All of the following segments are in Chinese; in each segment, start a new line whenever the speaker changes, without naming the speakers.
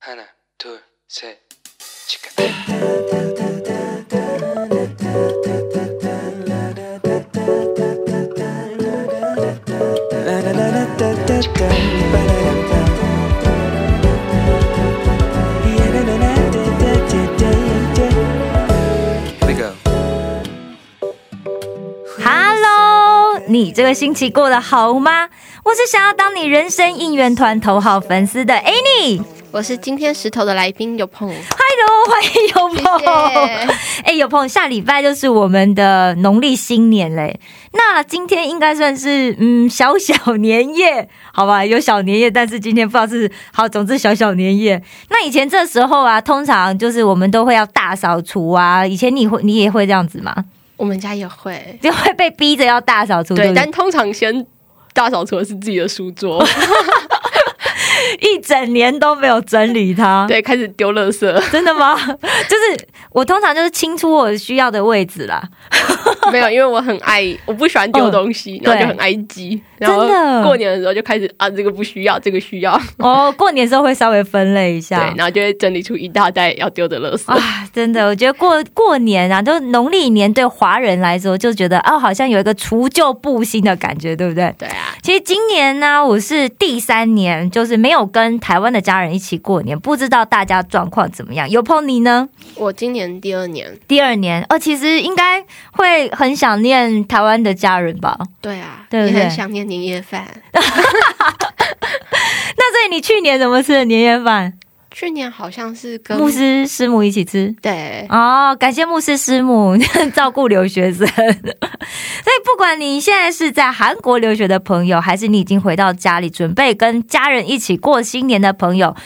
하나 둘셋 치카 Here we go.
Hello，你这个星期过得好吗？我是想要当你人生应援团头号粉丝的 Annie。
我是今天石头的来宾有碰，
Hello，欢迎有
谢谢
朋。哎，有朋，下礼拜就是我们的农历新年嘞。那今天应该算是嗯小小年夜，好吧？有小年夜，但是今天不知道是好，总之小小年夜。那以前这时候啊，通常就是我们都会要大扫除啊。以前你会你也会这样子吗？
我们家也会，
就会被逼着要大扫除，嗯对
对，
不对
但通常先大扫除的是自己的书 桌，
一整年都没有整理它。
对，开始丢垃圾，
真的吗？就是我通常就是清出我需要的位置啦。
没有，因为我很爱，我不喜欢丢东西，然后就很爱积，然
嗯
后
真的
过年的时候就开始啊，这个不需要，这个需 要，
哦，过年的时候会稍微分类一
对
下，。
然后就会整理出一大袋要丢的垃圾，
啊，真的，我觉得过过年啊，就农历年对华人来说，就觉得哦，好像有一个除旧布新的感觉，对不对？
对啊，
其实今年呢，我是第三年，就是没有跟台湾的家人一起过年，不知道大家状况怎么样。有碰你呢？
我今年第二年，
第二年哦，其实应该会很想念台湾的家人吧？
对啊，
对不
也
对
很想念年夜饭，
那所以你去年怎么吃的年夜饭？
去年好像是跟
牧师师母一起吃？
对，
哦，感谢牧师师母 照顾留学生， 所以不管你现在是在韩国留学的朋友，还是你已经回到家里准备跟家人一起过新年的朋友。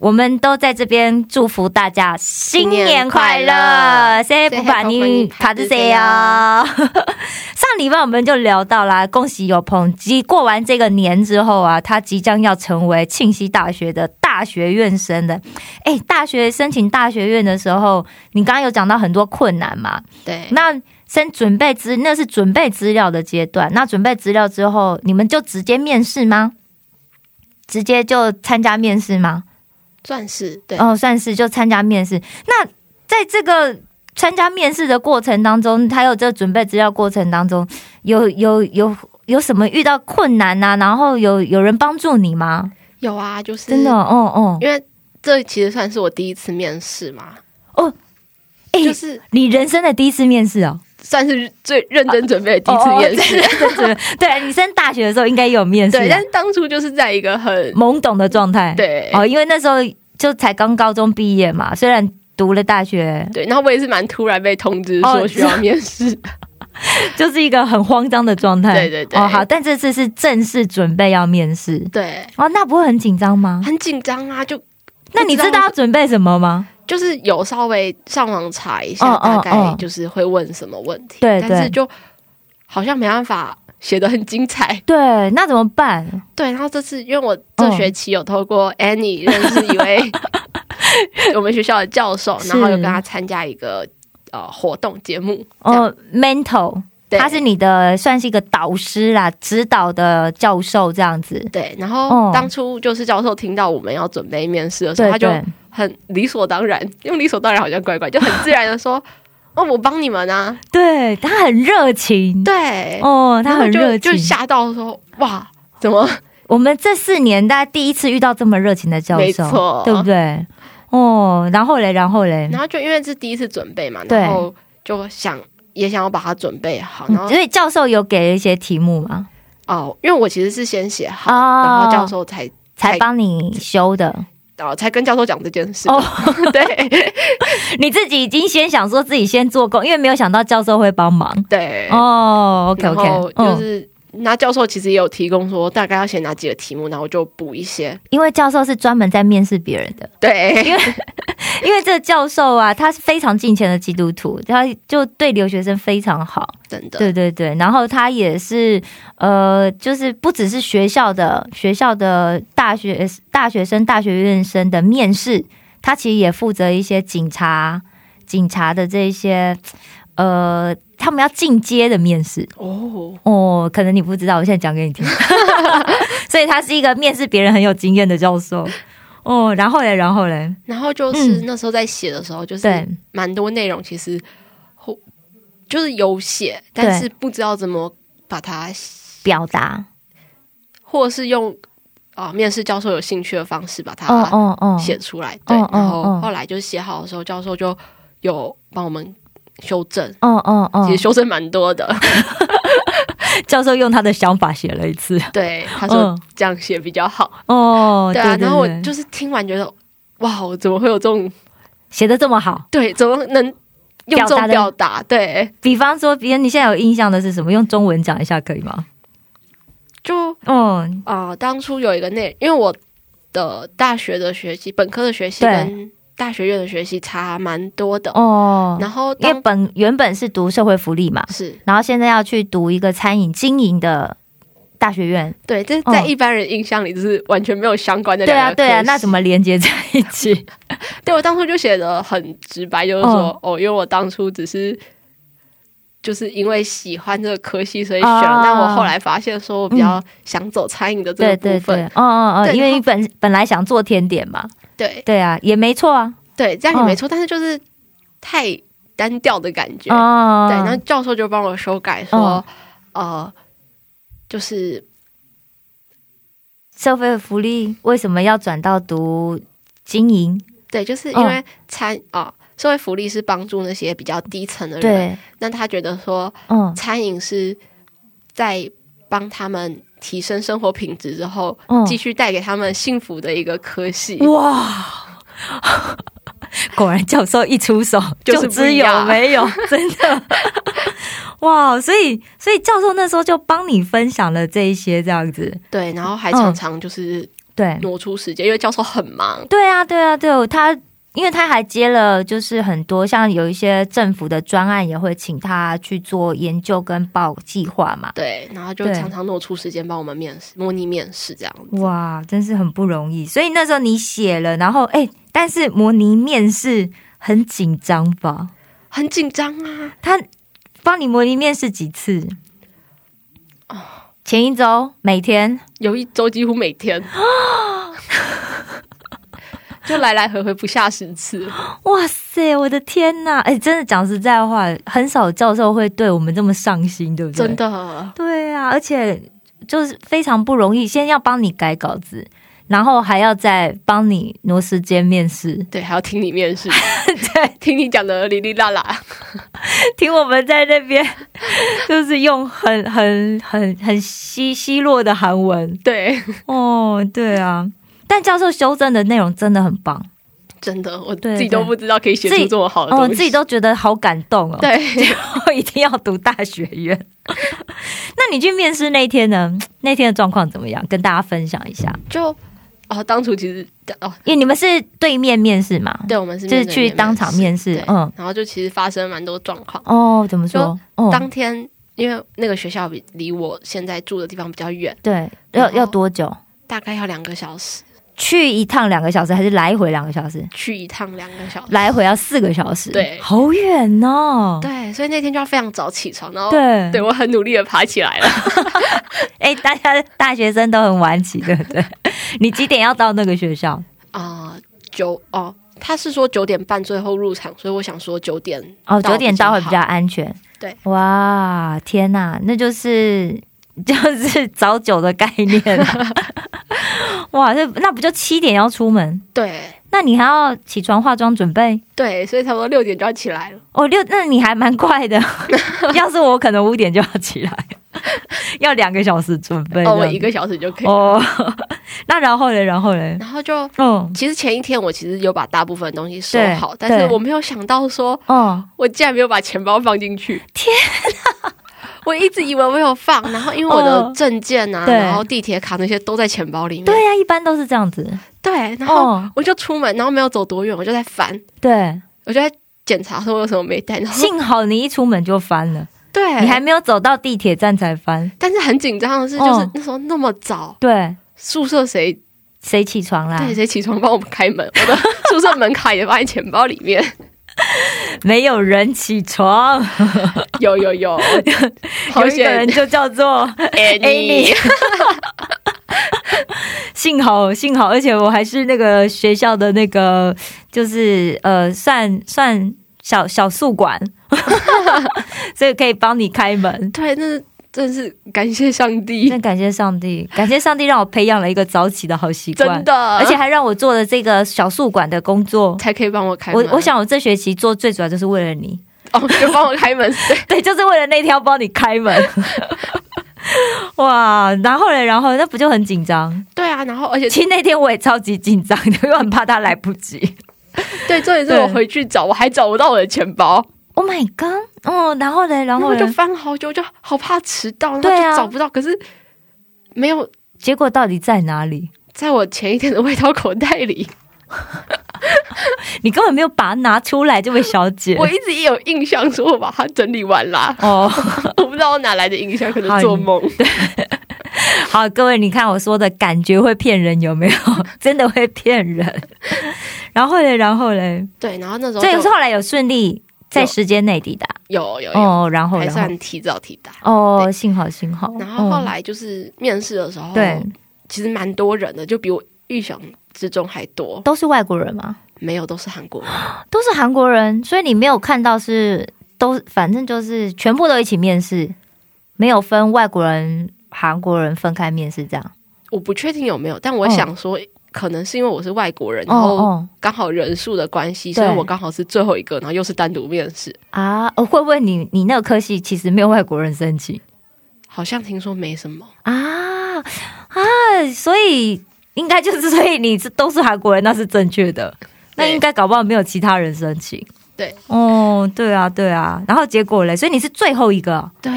我们都在这边祝福大家新年快
新
乐
年快乐
，say 哎不把你爬着谁哦。 上礼拜我们就聊到啦，恭喜有朋即过完这个年之后啊，他即将要成为庆熙大学的大学院生的。哎，大学申请大学院的时候，你刚刚有讲到很多困难嘛？
对，
那先准备资，那是准备资料的阶段。那准备资料之后，你们就直接面试吗？直接就参加面试吗？
钻石，对，
哦，算是就参加面试。那在这个参加面试的过程当中，还有这准备资料过程当中，有有有有什么遇到困难呐、然后有有人帮助你吗？
有啊，就是
真的，哦哦，
因为这其实算是我第一次面试嘛，
哎、
就是
你人生的第一次面试哦，
算是最认真准备的第一次面试。
对对，你升大学的时候应该也有面试啊，
对，但是当初就是在一个很
懵懂的状态，
对、
哦，因为那时候就才刚高中毕业嘛，虽然读了大学，
对，然后我也是蛮突然被通知
哦
说需要 面试，
就是一个很慌张的状态，
对对对
哦，好，但这次是正式准备要面试，
对，
哦，那不会很紧张吗？
很紧张啊，就
那你知道要准备什么吗？
就是有稍微上网查一
哦
下，
哦
大概
哦
就是会问什么问题，
对
但是
对
就好像没办法写的很精彩。
对，那怎么办？
对，然后这次因为我这学期有透
哦
过 Annie 认识 一位我们学校的教授，
是
然后有跟他参加一个呃活动节目，
哦，mental，
对
他是你的算是一个导师啦，指导的教授这样子。
对，然
哦
后当初就是教授听到我们要准备面试的时候，
对
他就
对，
很理所当然，用理所当然好像怪怪，就很自然的说：“哦，我帮你们 啊。
对他很热情，”
对，
哦，
然
他
后
很热情
就就。吓到说：“哇，怎么
我们这四年大家第一次遇到这么热情的教
没
授
错，
对不对？哦，然后嘞，然后？”嘞，
然后就因为是第一次准备嘛，
对
然后就想也想要把它准备好， 然后
嗯所以教授有给了一些题目吗？
哦，因为我其实是先写好，
哦
然后教授才。
才帮你修的
哦，才跟教授讲这件事。
哦，
对
你自己已经先想说自己先做工，因为没有想到教授会帮忙
对，
哦。OK
然
OK，
后就是那教授其实也有提供说大概要写哪几个题目，然后我就补一些。
因为教授是专门在面试别人 的，
对，
因为这个教授啊，他是非常敬虔的基督徒，他就对留学生非常好，
真的，
对对对，然后他也是呃，就是不只是学校的学校的大学大学生、大学院生的面试，他其实也负责一些警察警察的这一些呃，他们要进阶的面试
哦，
哦，可能 你不知道，我现在讲给你听，所以他是一个面试别人很有经验的教授。哦，然后嘞，然后嘞，
然后就是
嗯
那时候在写的时候，就是
对
蛮多内容其实后就是有写，但是不知道怎么把它，
表达，
或是用啊、面试教授有兴趣的方式把
哦
它
哦哦，
写出来。对，
哦
然后
哦
后来就是写好的时候，教授就有帮我们修正，
哦哦哦
其，实修正蛮多的。
教授用他的想法写了一次，
对，他说
嗯
这样写比较好。
哦，
对啊，
对
然后我
对
就是听完觉得，哇，我怎么会有这种
写的这么好。
对，怎么能
表达
用这种
的
表达？对，
比方说，别人你现在有印象的是什么？用中文讲一下可以吗？
就
哦，
啊、当初有一个内，因为我的大学的学习，本科的学习
对
跟大学院的学习差蛮多的。
哦，
然后
因为
当
本原本是读社会福利嘛，
是
然后现在要去读一个餐饮经营的大学院，
对，这在
嗯
一般人印象里就是完全没有相关的
对
两
啊，
个
对啊，
科
那
系
怎么连接在一起？
对我当初就写的很直白，就是说、
嗯
哦，因为我当初只是就是因为喜欢这个科系，所以选了。
哦
但我后来发现，说我比较想走餐饮的
嗯
这
对对
个部
对
分，，
哦哦哦，
对
因为
然后
你本本来想做甜点嘛，
对
对啊，也没错啊，
对这样也
嗯
没错。但是就是太单调的感觉，
哦，
对。然后教授就帮我修改
嗯
说，呃，就是
社会福利为什么要转到读经营？
对，就是
嗯
因为餐啊、社会福利是帮助那些比较低层的人，
对，
那他觉得说，
嗯
餐饮是在帮他们提升生活品质之后，
嗯，
继续带给他们幸福的一个科系。
哇。 果然教授一出手
就是不
只
一
有
样
没有， 真的哇！所以所以教授那时候就帮你分享了这一些这样子，
对，然后还常常就是
对
挪出时间，因为教授很忙。
对啊对啊对，他因为他还接了就是很多像有一些政府的专案也会请他去做研究跟报计划嘛，
对，然后就
对
常常挪出时间帮我们面试，模拟面试这样子。
哇，真是很不容易。所以那时候你写了，然后哎、但是模拟面试很紧张吧？
很紧张啊！
他帮你模拟面试几次？前一周每天
有一周几乎每 天，就来来回回不下十次。
哇塞，我的天呐！哎、真的讲实在话，很少教授会对我们这么上心，对不对？
真，的，
对啊，而且就是非常不容易，先要帮你改稿子，然后还要再帮你挪时间面试。
对，还要听你面试，
对，
听你讲的哩哩啦啦。
听我们在那边， 就是用很很很很稀稀落的韩文
对，
哦，对啊。但教授修正的内容真的很棒，
真的，我
对
自己都
对
不知道可以写
自己
出这么好的
哦，
东
我
西。
自己都觉得好感动哦。，
对，
我 一定要读大学院。 那你去面试那一天呢？那天的状况怎么样？跟大家分享一下，
就哦，当初其实哦，
因为你们是对面面试嘛，
对，我们是
就是
面对
去
面
当场面试
对。
嗯，
然后就其实发生蛮多状况。
哦，怎么说？哦，
当天因为那个学校比离我现在住的地方比较远，
对，要
然后
要多久？
大概要两个小时，
去一趟两个小时，还是来回两个小时？
去一趟两个小时。
来回要四个小时，
对
好远哦。
对，所以那天就要非常早起床，然后
对
对我很努力的爬起来了，
哎、大家大学生都很晚起，对不对？ 你几点要到那个学校？
啊、九哦。他是说九点半最后入场，所以我想说九点
哦，九点到会比较
好
安全。
对，
哇，天哪，那就是 就是早九的概念、 啊。哇，那那不就七点要出门？
对
那你还要起床化妆准备？
对，所以差不多六点就要起来了。
哦，六，那你还蛮快 的。 要是我，可能五点就要起来， 要两个小时准备。
哦，
这
我
样
一个小时就可以。
哦， 那然后嘞，然后嘞，
然后就
嗯，
其实前一天我其实有把大部分东西收
对
好，但
对
是我没有想到说，
哦，
我竟然没有把钱包放进去。天
啊
哪！我一直以为我有放，然后因为我的
嗯
证件啊，
对
然后地铁卡那些都在钱包里面。
对呀、一般都是这样子。
对然后
嗯
我就出门，然后没有走多远，我就在翻，
对，
我就在检查说我有什么没带。然后
幸好你一出门就翻了，
对，
你还没有走到地铁站才翻。
但是很紧张的是，就是
嗯
那时候那么早，
对，
宿舍谁
谁起床啦？
对谁起床帮我们开门，我的 宿舍门卡也放在钱包里面。
没有人起床，
有有有，好
有一个
险
人就叫做
a n n
Annie 幸好幸好，而且我还是那个学校的那个，就是呃，算算小小宿管， 所以可以帮你开门。
对，那真是感谢上帝
那，感谢上帝，感谢上帝让我培养了一个早起的好习惯
真，的，
而且还让我做了这个小宿管的工作。
才可以帮我开
我
门。
我想我这学期做最主要就是为了你，
哦，就帮我开门，对
对，就是为了那条帮你开门。 哇，然后嘞，然后那不就很紧张？
对啊，然后而且
其实那天我也超级紧张的，因为我很怕他来不及。
对，重点是
对
我回去找，我还找不到我的钱包，
Oh my god！哦，然后嘞，然
然
后
后
嘞
就翻好久，就好怕迟到，然后
对啊
就找不到，可是没有
结果到底在哪里？
在我前一天的外套口袋 里，
你根本没有把它拿出来，这位小姐。，
我一直也有印象说我把它整理完啦
哦，
我不知道我哪来的印象，可
好
能 做梦。
好，各位，你看我说的感觉会骗人有没 有？真的会骗人。然后嘞，然后嘞，
对，然后那时候
所以
就
后来有顺利在时间内抵达。
有有有，
哦，然后
还
然后
算提早提达。
哦，幸好幸好。
然后后
嗯、
来哦就是面试的时候，
对，
其实蛮多人的，就比我预想之中还多，
都是外国人嘛，
没有都是韩国人。
都是韩国人，所以你没有看到是都，反正就是全部都一起面试，没有分外国人、韩国人分开面试这样。
我不确定有没有，但我
嗯
想说，可能是因为我是外国人，
哦
然后
哦
刚好人数的关系，
对
所以我刚好是最后一个，然后又是单独面试。
啊，哦会不会你你那个科系其实没有外国人申请
好像听说没什么，
啊啊，所以应该就是所以你是都是韩国人，那是正确的。那
对
应该搞不好没有其他人申请。
对
哦，对啊，对啊。然后结果嘞，所以你是最后一个啊，
对，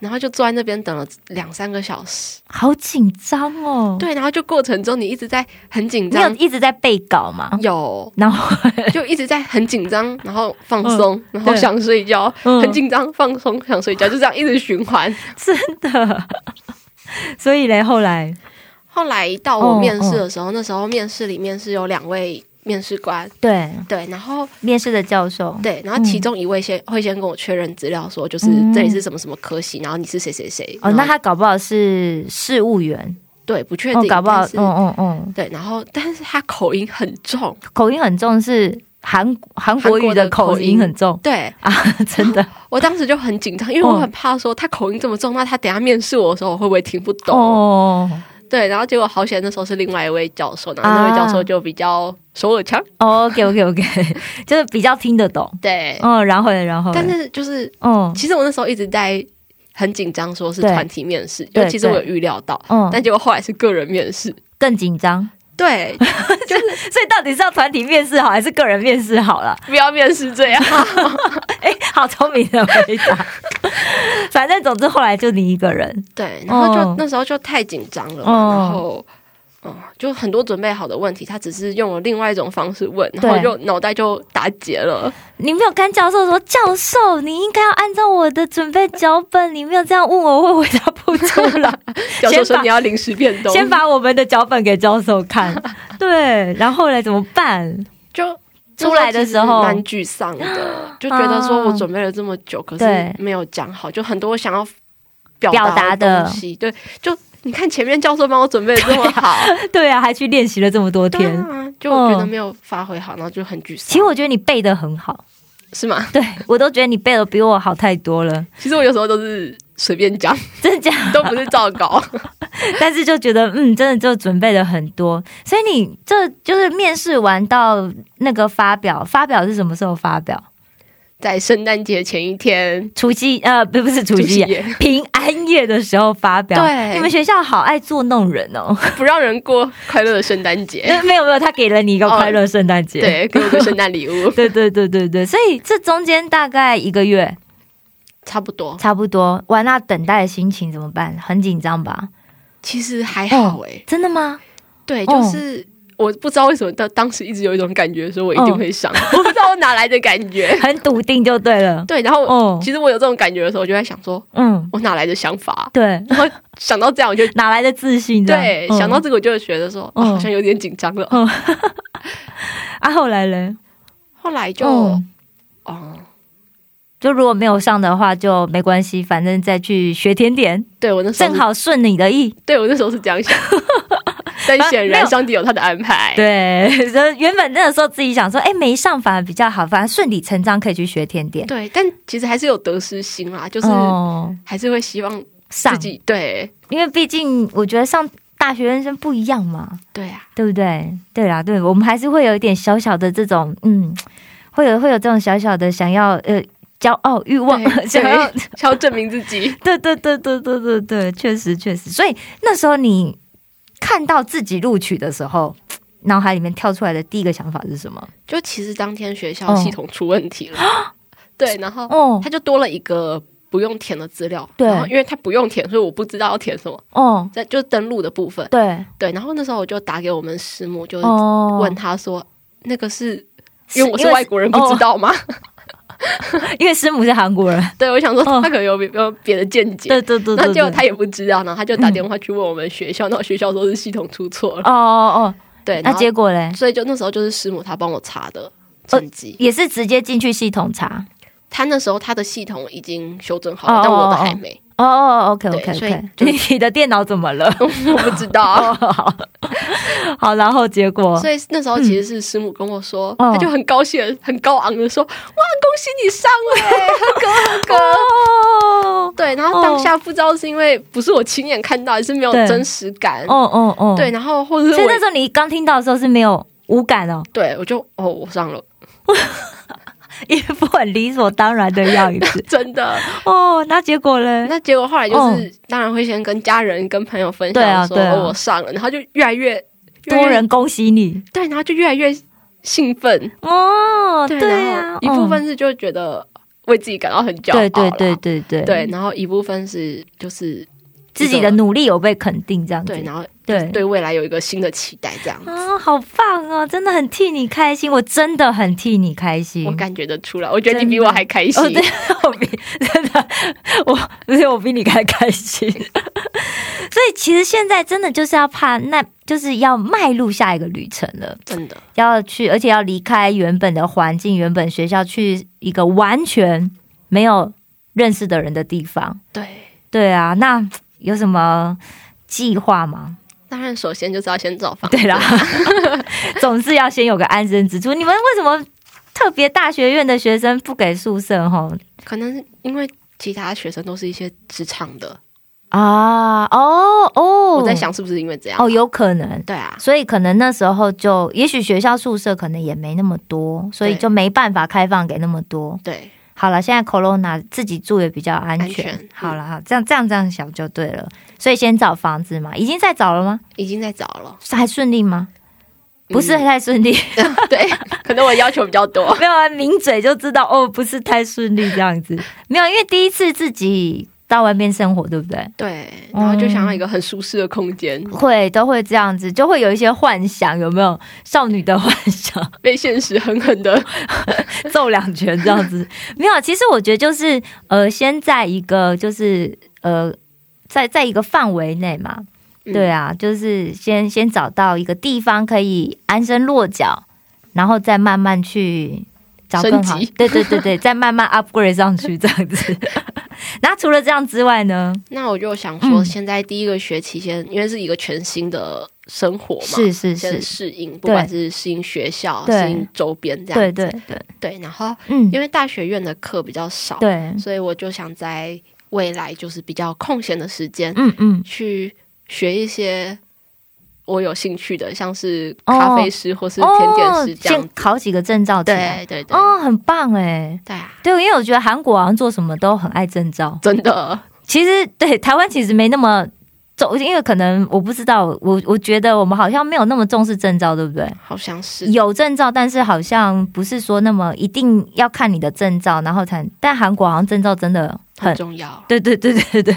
然后就坐在那边等了两三个小时，
好紧张哦。，
对，然后就过程中你一直在很紧
你有
张，
一直在背稿吗？
有
然后，
就一直在很紧张，然后放松，然后
嗯对
想睡觉，
嗯
很紧张，放松，想睡觉，就这样一直循环。
真的。所以嘞，后来
后来到我面
哦
试的时候，那时候面试里面是有两位面试官，
对
对，然后
面试的教授，
对，然后其中一位先、会先跟我确认资料，说就是
嗯
这里是什么什么科系，然后你是谁谁谁。
哦，
然后
那他搞不好是事务员，
对不确
哦
定，，
搞不好
但，是
嗯嗯嗯，
对，然后但是他口音很重，
口音很重是韩韩国语的口音很重
对
啊， 真的
我当时就很紧张，因为
哦
我很怕说他口音这么重，那他等下面试我的时候我会不会听不懂？
哦
对，然后结果好险那时候是另外一位教授，然后
啊
那位教授就比较首尔腔，
哦，OK OK OK，就是 比较听得懂，
对，
嗯，然后嘞然后嘞，
但是就是
嗯
其实我那时候一直在很紧张，说是
对
团体面试，
对
就其实我有预料到，
嗯
但结果后来是个人面试，
更紧张，
对，
所以到底是要团体面试好还是个人面试好了？
不要面试这样。
哎，好聪明的回答， 反正总之后来就你一个人，
对，然后就、
哦
那时候就太紧张了嘛，
哦
然后。嗯，就很多准备好的问题，他只是用了另外一种方式问，然后
对
就脑袋就打结了。
你没有跟教授说，教授，你应该要按照我的准备脚本，你没有这样问我，我会回答不出 来。
教授
先把
说你要临时变动，
先把我们的脚本给教授看， 对，然后来怎么办？
就
出来的时候
蛮沮丧 的，就觉得说我准备了这么久，可
对
是没有讲好，就很多想要表
表达
达
的
东西。对，就你看前面教授帮我准备的这么好，
对啊，还去练习了这么多
对
天。
啊，就我觉得
嗯
没有发挥好，然后就很沮丧。
其实我觉得你背的很好，
是吗？
对我都觉得你背的比我好太多了，
其实我有时候都是随便讲，
真的假的？
都不是照 稿。
但是就觉得嗯，真的就准备了很多，所以你这就是面试完到那个发表，发表是什么时候发表？
在圣诞节前一天，
除夕呃，不不是除夕夜，
夜
平安夜的时候发表。
对
你们学校好爱捉弄人 哦。
不让人过快乐的圣诞 节，
没有没有，他给了你一个快乐圣诞节。，
对，给我个圣诞礼物
对对对对对，所以这中间大概一个月
差不多。
差不多。完那等待的心情怎么办？很紧张吧？
其实还好欸诶、
真的吗？
对，
哦
就是。我不知道为什么，但当时一直有一种感觉，说我一定会上，
嗯
我不知道我哪来的感
。
觉
很笃定就对了。
对，然后、
哦
其实我有这种感觉的时候，我就在想说，
嗯，
我哪来的想法？
对，
然后想到这样，我就
哪嗯来的自信这样？
对、
嗯
想到这个，我就觉得说、哦
嗯
好像有点紧张了。
嗯啊，后来嘞，
后来就、
嗯
哦，
就如果没有上的话，就没关系，反正再去学甜点，
对我那时候
正，好顺你的意。
对我那时候是这 样想，但显
啊没
然
有
上帝有他的安排。
对，就原本那个时候自己想说，哎，没上反而比较好，反正顺理成章可以去学甜点。
对，但其实还是有得失心啦，就是
哦，
还是会希望自
上，
己对
因为毕竟我觉得上大学生不一样嘛。
对啊，
对不对？对啦，对我们还是会有一点小小的这种，嗯，会有会有这种小小的想要呃骄傲欲望，
对
想要
对想要证明自己。
对对对对对对对，确实确实。所以那时候你看到自己录取的时候，脑海里面跳出来的第一个想法是什么？
就其实当天学校系统出问题 了，对，然后
嗯哦
他就多了一个不用填的资料，
对
然后因为他不用填，所以我不知道要填什么，
哦，
在就登录的部分，
对
对，然后那时候我就打给我们师母，就
哦，
问他说、那个是。因为我是
因为哦
外国人，不知道吗？
因为师母是韩国人，
对，我想说
哦
他可能有别有别的见解，
对对对
那
对
结果
对，
他也不知道，然后他就打电话去问我们学校，那我学校说是系统出错了，
哦哦
对
哦，，那
然后
结果呃嘞？
所以就那时候就是师母她帮我查的成绩，
也是直接进去系统查
他那时候他的系统已经修正好
哦
了，
哦
但我的还没，
哦哦，OK OK
对所以
OK，你 你的电脑怎么了？
我不知道。
好，好，然后结果
所以那时候其实是师母跟我说，
嗯
他就很高兴、很高昂的说：“哇，恭喜你上了、欸，合格，合格。
哦，
对，然后当下不知道是因为不是我亲眼看到，还是没有
对
真实感。
哦哦哦，
对，，然后或者
所
是
以
我
那，时候你刚听到的时候是没有无感哦，
对我就哦，我上了，
一副很理所当然的样 子
真的。
哦。那结果嘞？
那结果后来就是，
哦
当然会先跟家人、跟朋友分
对啊
享说、
对啊
哦、我上了，然后就越来越越来
多
越
人恭喜你
对，然后就越来越兴奋。
哦，对
然
呀
后，一部分是就觉得为自己感到很骄
嗯
傲啦，
对对对对对
对，，然后一部分是就是
自己的努力有被肯定这样子
对，，然后
对
对未来有一个新的期待，这样
啊，好棒哦，真的很替你开心，我真的很替你开心，
我感觉得出来，我觉得你
嗯
比
真的
我还开心
哦，，对， 我比真的我，而且我比你还开心。 所以其实现在真的就是要怕，那就是要迈入下一个旅程了，
真的
要去，而且要离开原本的环境、原本学校，去一个完全没有认识的人的地方。
对。
对啊，那有什么计划吗？
当然，首先就是要先找房，
对啦， 总是要先有个安身之处。你们为什么特别大学院的学生不给宿舍？吼，
可能因为其他学生都是一些职场的，
啊，哦哦，
我在想啊是不是因为这样？
哦，有可能，
对啊，
所以可能那时候就，也许学校宿舍可能也没那么多，所以
对
就没办法开放给那么多。
对，
好了，现在 corona 自己住也比较安全。
安全嗯
好了，好，这样这样这样想就对了。所以先找房子嘛，已经在找了吗？
已经在找了，
还顺利吗？
嗯
不是太顺利，
对，可能我要求比较 多，
没有啊，抿嘴就知道哦，不是太顺利这样子。没有，因为第一次自己到外面生活，对不对？
对，然后就想
哦
要一个很舒适的空间，
会都会这样子，就会有一些幻想，有没有少女的幻想，
被现实狠狠的，
揍两拳这样子？ 没有，其实我觉得就是呃，先在一个就是呃，在在一个范围内嘛，
嗯
对啊，就是先先找到一个地方可以安身落脚，然后再慢慢去找更好
升级，
对对对对，再慢慢 upgrade 上去这样子。 那除了这样之外呢？
那我就想说，
嗯
现在第一个学期先，因为是一个全新的生活嘛，
是是
先
是，
适应，不管是适应学校、
对
适应周边这样
对
子，
对对，
对然后
嗯
因，为大学院的课比较少，
对，
所以我就想在未来就是比较空闲的时间、
嗯嗯。
去学一些我有兴趣的，像是咖啡师或是甜点师这样
哦先。考几个证照起来
对对对，
哦，很棒哎。
对啊，
对，因为我觉得韩国好像做什么都很爱证照。
真的，
其实对台湾其实没那么重，因为可能我不知道，我我觉得我们好像没有那么重视证照，对不对？
好像是
有证照，但是好像不是说那么一定要看你的证照，然后才。但韩国好像证照真的很
很，重要。
对对对对 对。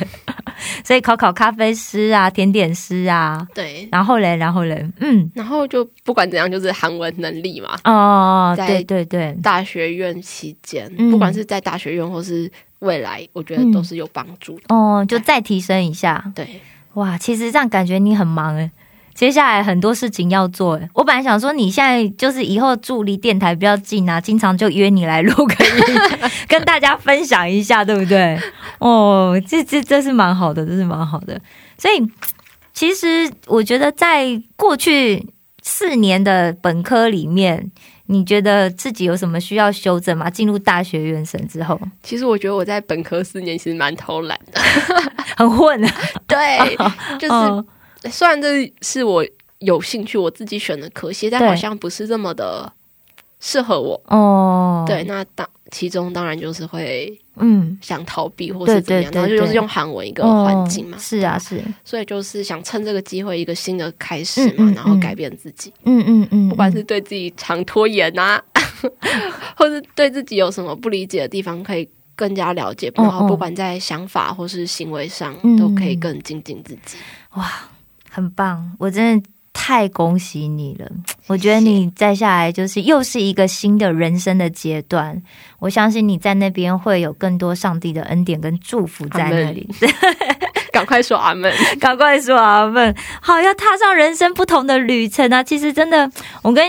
所以考考咖啡师啊，甜点师啊，
对，
然后嘞，然后嘞，嗯，
然后就不管怎样，就是韩文能力嘛，
哦，
在
对对对，
大学院期间，
嗯
不管是在大学院或是未来，我觉得都是有帮助的。
哦，就再提升一下。
对，
哇，其实这样感觉你很忙哎，接下来很多事情要做。哎我本来想说你现在就是以后住离电台比较近啊，经常就约你来录个音，跟大家分享一下，对不对？哦，这这这是蛮好的，这是蛮好的。所以其实我觉得在过去四年的本科里面。你觉得自己有什么需要修正吗？进入大学原神之后，
其实我觉得我在本科四年其实蛮偷懒的，
很混啊，
对， 就是
嗯
虽然这是我有兴趣我自己选的科系，但
对
好像不是这么的适合我。
哦，
对，，那当其中当然就是会
嗯，
想逃避或是怎么
对对
样，
对
然后就
对
是用韩文一个环境嘛
哦，是啊，是，
所以就是想趁这个机会一个新的开始嘛，
嗯嗯
然后改变自己，
嗯嗯嗯，
不管是对自己常拖延啊， 或是对自己有什么不理解的地方，可以更加了解，
哦
然后
哦
不管在想法或是行为上，
嗯
都可以更精进自己。
很棒，我真的太恭喜你了！我觉得你再下来就是又是一个新的人生的阶段，我相信你在那边会有更多上帝的恩典跟祝福在那里。
赶快说阿门，
赶快说阿们，好，要踏上人生不同的旅程啊！其实真的，我跟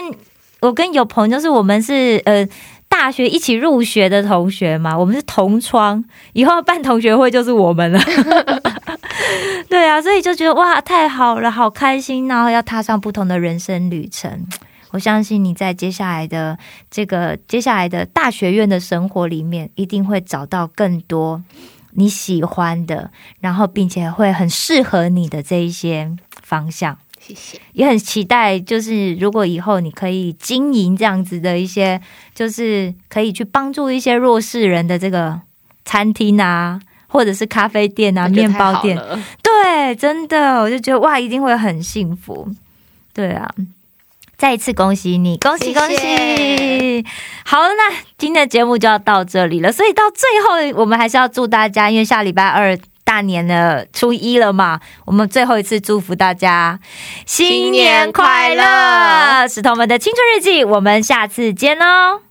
我跟有朋友，就是我们是呃。大学一起入学的同学嘛，我们是同窗，以后办同学会就是我们了。 对啊，所以就觉得哇，太好了，好开心，然后要踏上不同的人生旅程。我相信你在接下来的这个接下来的大学院的生活里面，一定会找到更多你喜欢的，然后并且会很适合你的这一些方向。
谢谢。
也很期待，就是如果以后你可以经营这样子的一些，就是可以去帮助一些弱势人的这个餐厅啊，或者是咖啡店啊、
那就
面
太好
包店，
了
对，真的，我就觉得哇，一定会很幸福。对啊，再一次恭喜你，恭喜
谢谢
恭喜！好，那今天的节目就要到这里了，所以到最后，我们还是要祝大家，因为下礼拜二。大年的初一了嘛，我们最后一次祝福大家新
新年快乐！
石头们的青春日记，我们下次见哦，